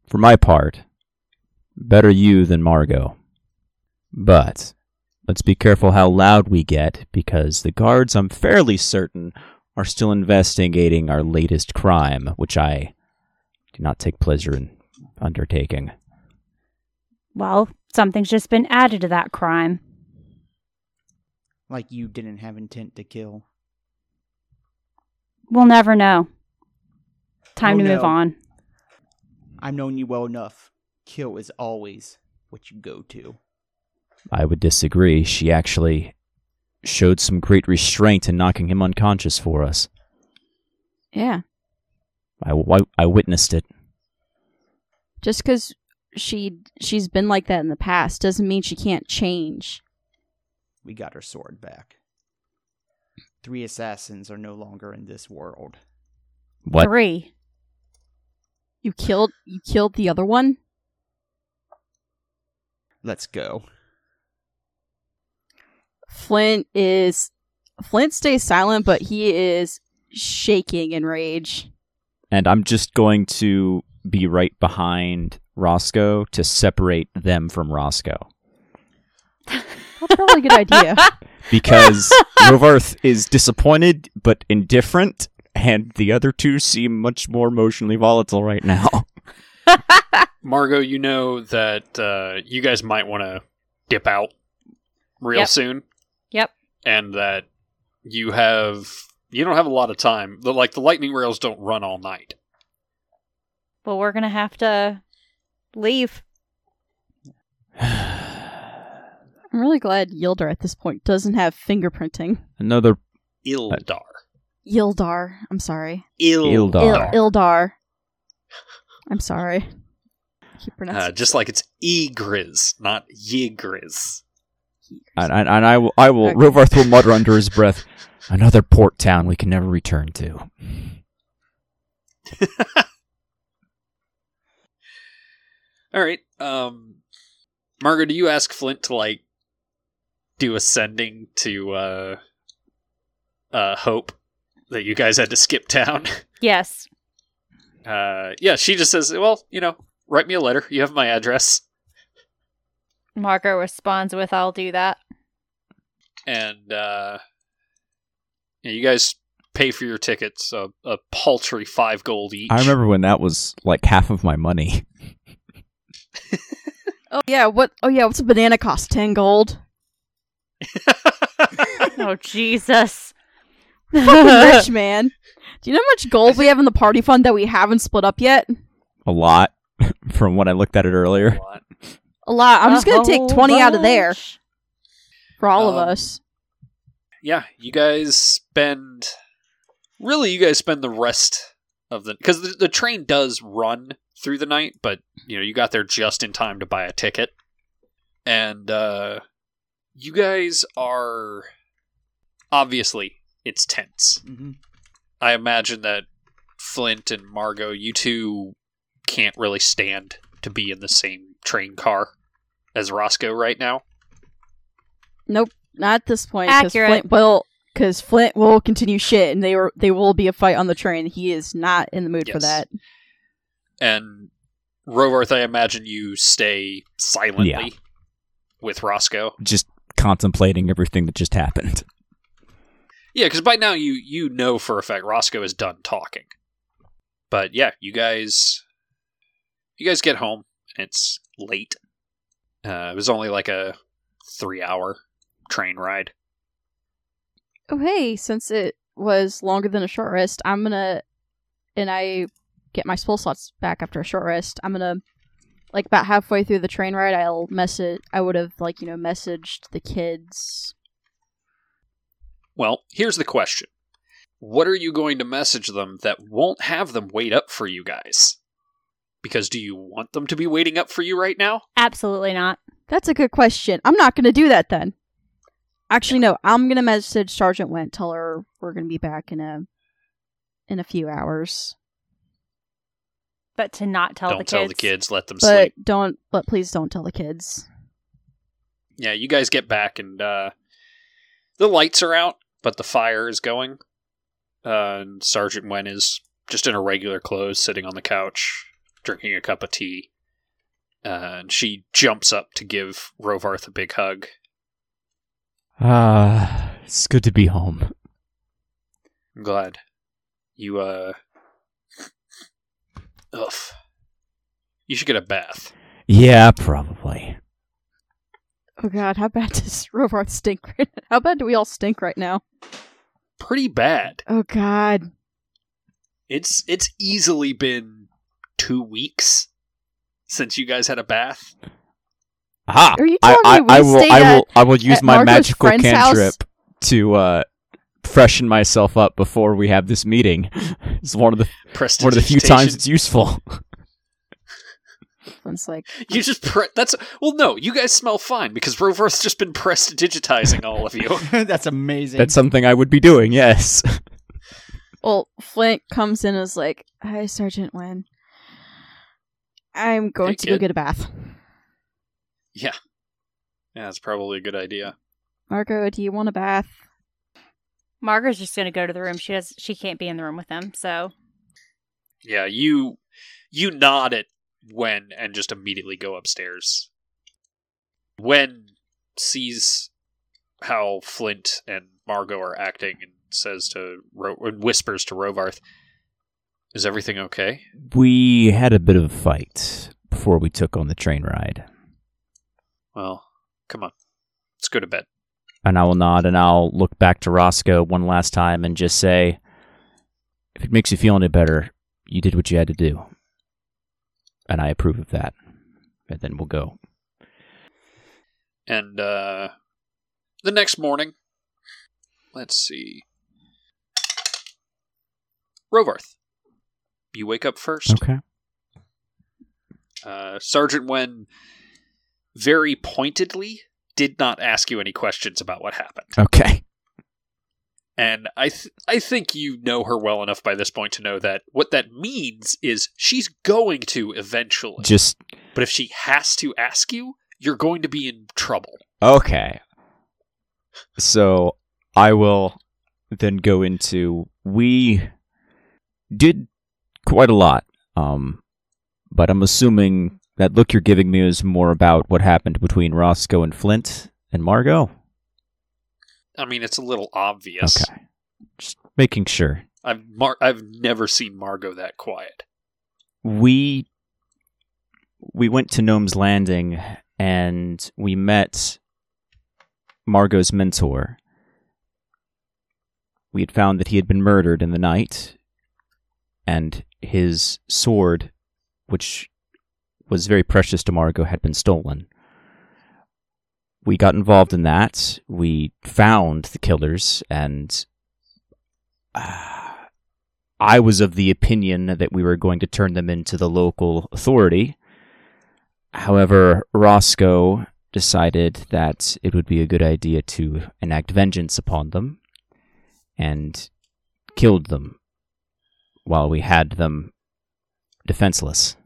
S4: for my part, better you than Margot. But Let's be careful how loud we get because the guards, I'm fairly certain, are still investigating our latest crime, which I do not take pleasure in undertaking.
S6: Well, something's just been added to that crime.
S7: Like you didn't have intent to kill.
S6: We'll never know. Time
S7: Oh,
S6: to move
S7: no.
S6: on.
S7: I've known you well enough. Kill is always what you go to.
S4: I would disagree. She actually showed some great restraint in knocking him unconscious for us.
S3: Yeah.
S4: I, I, I witnessed it.
S3: Just because she she's been like that in the past doesn't mean she can't change.
S7: We got her sword back. Three assassins are no longer in this world.
S4: What?
S6: Three.
S3: You killed you killed the other one.
S7: Let's go.
S3: Flint is Flint stays silent, but he is shaking in rage.
S4: and I'm just going to be right behind Roscoe to separate them from Roscoe
S3: That's probably a good idea.
S4: because Rovarth is disappointed but indifferent, and the other two seem much more emotionally volatile right now.
S2: Margot, you know that uh, you guys might want to dip out real
S6: Yep.
S2: soon,
S6: Yep.
S2: and that you have you don't have a lot of time. The, like the lightning rails don't run all night.
S6: But we're gonna have to leave.
S3: I'm really glad Yildar at this point doesn't have fingerprinting.
S4: Another
S2: Ildar,
S3: Yildar, I'm sorry.
S4: Ildar.
S3: Il- Ildar. I'm sorry. I keep
S2: uh,
S3: pronouncing
S2: just like it's Egriz, not Yigriz.
S4: and, and, and I will, I will
S3: Okay.
S4: Rovarth will mutter under his breath, another port town we can never return to.
S2: All right, um, Margot, do you ask Flint to like do ascending to uh, uh, hope that you guys had to skip town?
S6: Yes.
S2: uh, yeah, she just says, "Well, you know, write me a letter. You have my address."
S6: Marco responds with I'll do that.
S2: And uh, yeah, you guys pay for your tickets a, a paltry five gold each.
S4: I remember when that was like half of my money.
S3: Oh yeah, what oh yeah, what's a banana cost? Ten gold?
S6: oh Jesus.
S3: Fucking rich man. Do you know how much gold we have in the party fund that we haven't split up yet?
S4: A lot from when I looked at it earlier.
S3: A lot. I'm just
S6: A
S3: gonna take
S6: whole
S3: twenty out of there
S6: bunch.
S3: for all of
S2: Um,
S3: us.
S2: yeah, you guys spend really you guys spend the rest of the because the, the train does run through the night, but you know you got there just in time to buy a ticket, and uh, you guys are obviously it's tense.
S7: Mm-hmm.
S2: I imagine that Flint and Margot, you two can't really stand to be in the same train car as Roscoe right now.
S3: Not at this point. 'cause
S6: Accurate.
S3: Flint will because Flint will continue shit, and they were they will be a fight on the train. He is not in the mood for
S2: Yes.
S3: that.
S2: And Rovarth, I imagine you stay silently
S4: Yeah.
S2: with Roscoe.
S4: Just contemplating everything that just happened.
S2: Yeah, because by now you you know for a fact Roscoe is done talking. But yeah, you guys, you guys get home and it's late. Uh, it was only like a three-hour train ride.
S3: Oh hey, since it was longer than a short rest, I'm gonna and I get my spell slots back after a short rest. I'm gonna like about halfway through the train ride, I'll message. I would have like you know messaged the kids.
S2: Well, here's the question. What are you going to message them that won't have them wait up for you guys? Because do you want them to be waiting up for you right now?
S6: Absolutely not.
S3: That's a good question. I'm not gonna do that then. Actually, no. I'm gonna message Sergeant Went. Tell her we're gonna be back in a in a few hours.
S6: But to not tell
S2: Don't
S6: the kids.
S2: tell the kids, let them
S3: but
S2: sleep.
S3: don't. But please don't tell the kids.
S2: Yeah, you guys get back and uh the lights are out, but the fire is going. Uh, and Sergeant Wen is just in her regular clothes, sitting on the couch, drinking a cup of tea. Uh, and she jumps up to give Rovarth a big hug.
S4: Ah, it's good to be home.
S2: I'm glad. You, uh. Ugh. You should get a bath.
S4: Yeah, probably.
S3: Oh god, how bad does Rovarth stink right now? How bad do we all stink right now?
S2: Pretty bad.
S3: Oh god.
S2: It's it's easily been two weeks since you guys had a bath.
S4: Aha!
S3: Are you
S4: I,
S3: telling me
S4: I,
S3: we
S4: I will,
S3: stayed
S4: I
S3: at-
S4: will, I will use
S3: at
S4: my
S3: Marco's
S4: magical
S3: friend's house?
S4: cantrip to uh, freshen myself up before we have this meeting. it's one of the one of the few times it's useful.
S3: It's like
S2: You just pre- that's well, no, you guys smell fine because Rovarth's just been prestidigitizing all of you.
S7: That's amazing.
S4: That's something I would be doing. Yes.
S3: well, Flint comes in and is like, Hi Sergeant Wen. I'm going
S2: Hey,
S3: to go
S2: kid.
S3: get a bath.
S2: yeah, yeah, that's probably a good idea.
S3: Marco, do you want a bath?
S6: Margaret's just gonna go to the room. She does. She can't be in the room with them. So
S2: Yeah, you you nod at Wen and just immediately go upstairs. Wen sees how Flint and Margot are acting and says to Ro- and whispers to Rovarth, "Is everything okay?"
S4: We had a bit of a fight before we took on the train ride,
S2: Well, come on, let's go to bed.
S4: and I will nod and I'll look back to Roscoe one last time and just say, "If it makes you feel any better, you did what you had to do, and I approve of that." And then we'll go.
S2: And uh, the next morning, let's see. Rovarth, you wake up first.
S4: Okay.
S2: Uh, Sergeant Wen very pointedly did not ask you any questions about what happened.
S4: Okay.
S2: And I, th- I think you know her well enough by this point to know that what that means is she's going to eventually.
S4: Just
S2: but if she has to ask you, you're going to be in trouble.
S4: Okay. So I will then go into we did quite a lot. Um but I'm assuming that look you're giving me is more about what happened between Roscoe and Flint and Margot.
S2: I mean, it's a little obvious.
S4: Okay. Just making sure.
S2: I've Mar- I've never seen Margot that quiet.
S4: we we went to Gnome's Landing and we met Margot's mentor. We had found that he had been murdered in the night, and his sword, which was very precious to Margot, had been stolen. We got involved in that. We found the killers, and uh, I was of the opinion that we were going to turn them into the local authority. However, Roscoe decided that it would be a good idea to enact vengeance upon them and killed them while we had them defenseless.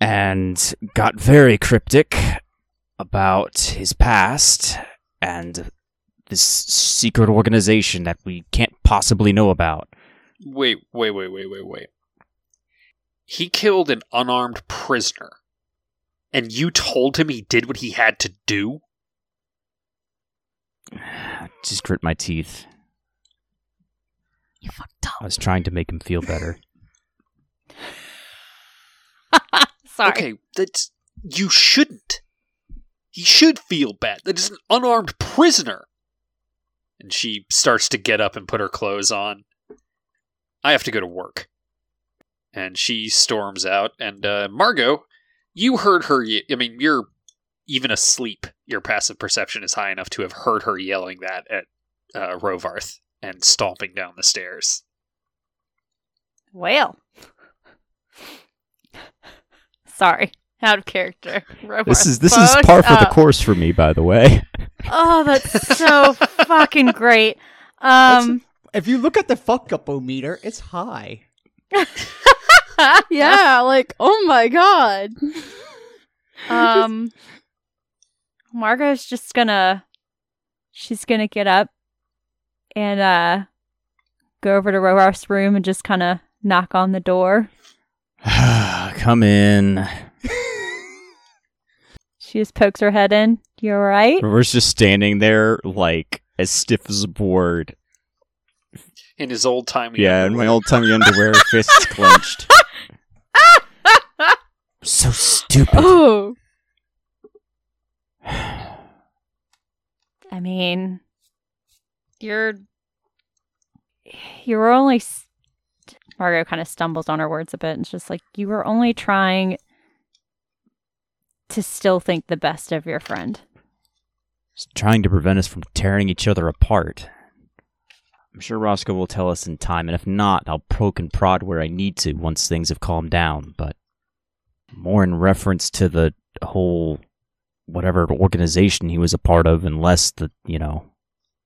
S4: And got very cryptic about his past and this secret organization that we can't possibly know about.
S2: Wait, wait, wait, wait, wait, wait. He killed an unarmed prisoner, and you told him he did what he had to do.
S4: just grit my teeth.
S3: You fucked up.
S4: I was trying to make him feel better.
S6: sorry.
S2: Okay, that's you shouldn't. He should feel bad. That is an unarmed prisoner. And she starts to get up and put her clothes on. I have to go to work. And she storms out. And uh, Margot, you heard her. Ye- I mean, you're even asleep. Your passive perception is high enough to have heard her yelling that at uh, Rovarth and stomping down the stairs.
S6: Well. Sorry. Out of character.
S4: this is this is par for the course for me, by the way.
S6: Oh, that's so fucking great. Um
S7: if you look at the fuck up meter, it's high.
S3: Yeah, like, oh my god.
S6: um Margot's just gonna she's gonna get up and uh go over to Rovar's room and just kinda knock on the door.
S4: Come in.
S6: She just pokes her head in. You all right?
S4: River's just standing there, like as stiff as a board.
S2: in his old time.
S4: Yeah, in my old timey underwear, fists clenched. so stupid.
S3: Oh,
S6: I mean, you're you were only s- Margot kind of stumbles on her words a bit and it's just like you were only trying to still think the best of your friend.
S4: It's trying to prevent us from tearing each other apart. I'm sure Roscoe will tell us in time, and if not, I'll poke and prod where I need to once things have calmed down, but more in reference to the whole whatever organization he was a part of, unless the, you know,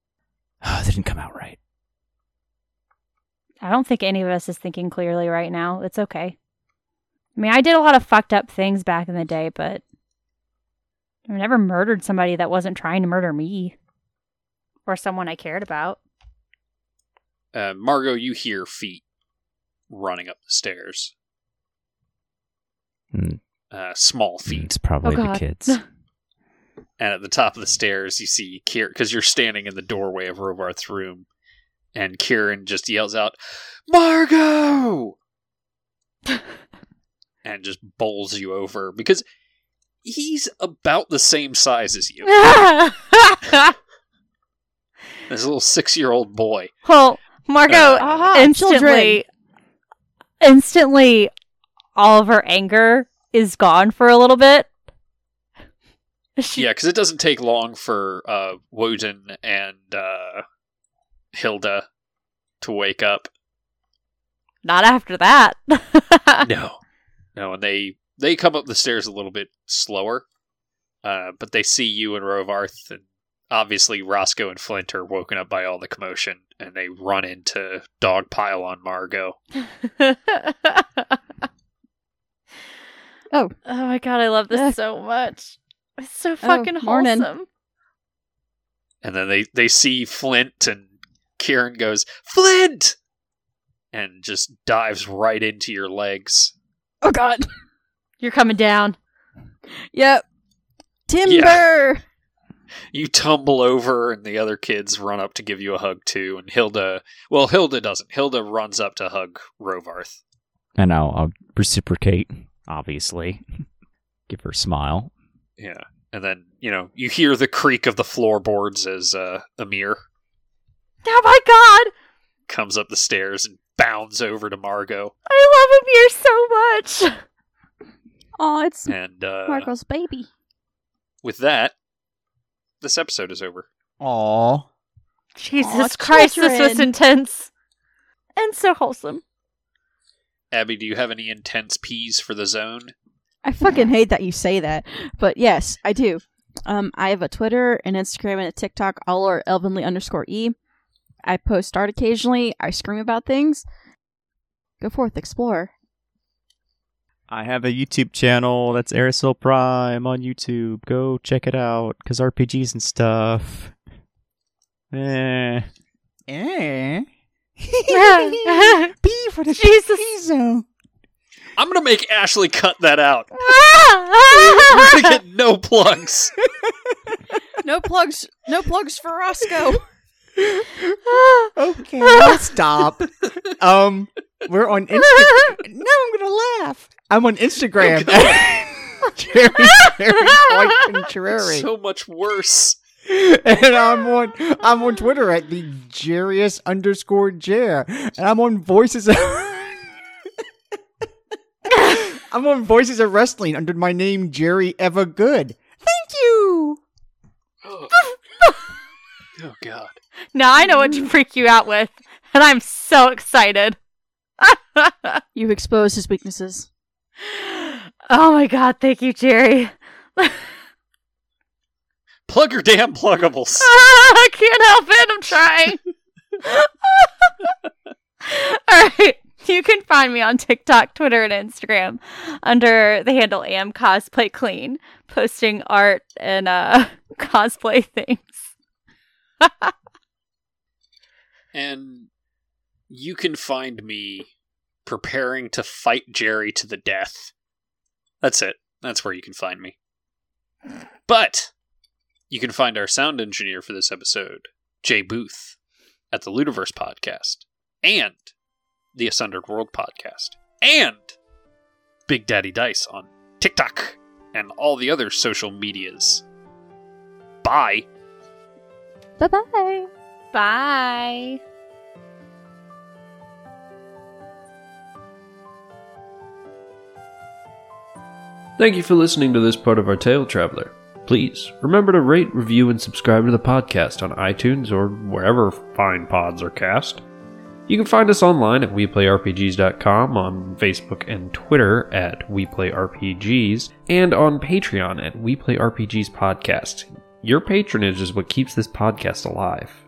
S4: they didn't come out right.
S6: I don't think any of us is thinking clearly right now. It's okay. I mean, I did a lot of fucked up things back in the day, but I never murdered somebody that wasn't trying to murder me or someone I cared about.
S2: Uh, Margot, you hear feet running up the stairs.
S4: Mm.
S2: Uh, small feet.
S4: It's probably
S6: Oh,
S4: the
S6: God.
S4: kids.
S2: And at the top of the stairs, you see Kieran, because you're standing in the doorway of Rovarth's room, and Kieran just yells out, Margot! and just bowls you over because he's about the same size as you. This little six year old boy.
S6: Well, Margot
S2: Uh,
S3: aha,
S6: instantly,
S3: children.
S6: instantly, all of her anger is gone for a little bit. She,
S2: Yeah, because it doesn't take long for uh, Woden and uh, Hilda to wake up.
S6: Not after that.
S2: no, no, and they they come up the stairs a little bit slower, uh, but they see you and Rovarth, and obviously Roscoe and Flint are woken up by all the commotion, and they run into dogpile on Margot.
S3: Oh.
S6: Oh my god, I love
S3: Ugh.
S6: this so much. It's so
S3: fucking Oh, morning.
S6: wholesome.
S2: And then they, they see Flint, and Kieran goes, Flint! And just dives right into your legs.
S3: oh God.
S6: You're coming down.
S3: Yep. Timber.
S2: You tumble over, and the other kids run up to give you a hug, too. And Hilda, well, Hilda doesn't. Hilda runs up to hug Rovarth.
S4: And I'll, I'll reciprocate, obviously. Give her a smile.
S2: Yeah. And then, you know, you hear the creak of the floorboards as uh, Amir
S6: Oh my god!
S2: comes up the stairs and bounds over to Margot.
S6: I love him here so much.
S3: Oh, it's
S2: And uh,
S3: Marco's baby.
S2: with that, this episode is over.
S7: Aw.
S6: Jesus
S3: Aw,
S6: Christ, this was
S3: children.
S6: intense. And so wholesome.
S2: Abby, do you have any intense peas for the zone?
S3: I fucking hate that you say that, but yes, I do. Um, I have a Twitter, an Instagram, and a TikTok, all are elvenly underscore e. I post art occasionally. I scream about things. Go forth, explore.
S4: I have a YouTube channel that's Aerosol Prime on YouTube. Go check it out, cause RPGs and stuff. Eh.
S5: Eh?
S6: Ah.
S5: B for the
S6: Jesus.
S5: zone.
S2: I'm going to make Ashley cut that out. We're going to get no plugs.
S3: No plugs. No plugs for Roscoe.
S5: Okay, I'll stop. Um, we're on Instagram. now I'm gonna laugh. I'm on Instagram. Jerry, Jerry White Contrary.
S2: It's so much worse.
S5: and I'm on I'm on Twitter at the Jarius underscore Jer, and I'm on Voices. Of- I'm on Voices of Wrestling under my name Jerry Ever Good. Thank you.
S2: Oh, God.
S6: now I know what to freak you out with, and I'm so excited.
S3: You expose his weaknesses.
S6: oh my god, thank you, Jerry.
S2: Plug your damn pluggables.
S6: I can't help it. I'm trying. All right. You can find me on TikTok, Twitter, and Instagram under the handle am cosplay clean, posting art and uh, cosplay things.
S2: And you can find me preparing to fight Jerry to the death. That's it. That's where you can find me. But you can find our sound engineer for this episode, Jay Booth, at the Ludiverse podcast and the Assundered World podcast and Big Daddy Dice on TikTok and all the other social medias. Bye.
S3: Bye bye.
S6: Bye.
S1: Thank you for listening to this part of our Tale Traveler. Please remember to rate, review, and subscribe to the podcast on iTunes or wherever fine pods are cast. You can find us online at weplayrpgs.com, on Facebook and Twitter at weplayrpgs, and on Patreon at weplayrpgs podcast. Your patronage is what keeps this podcast alive.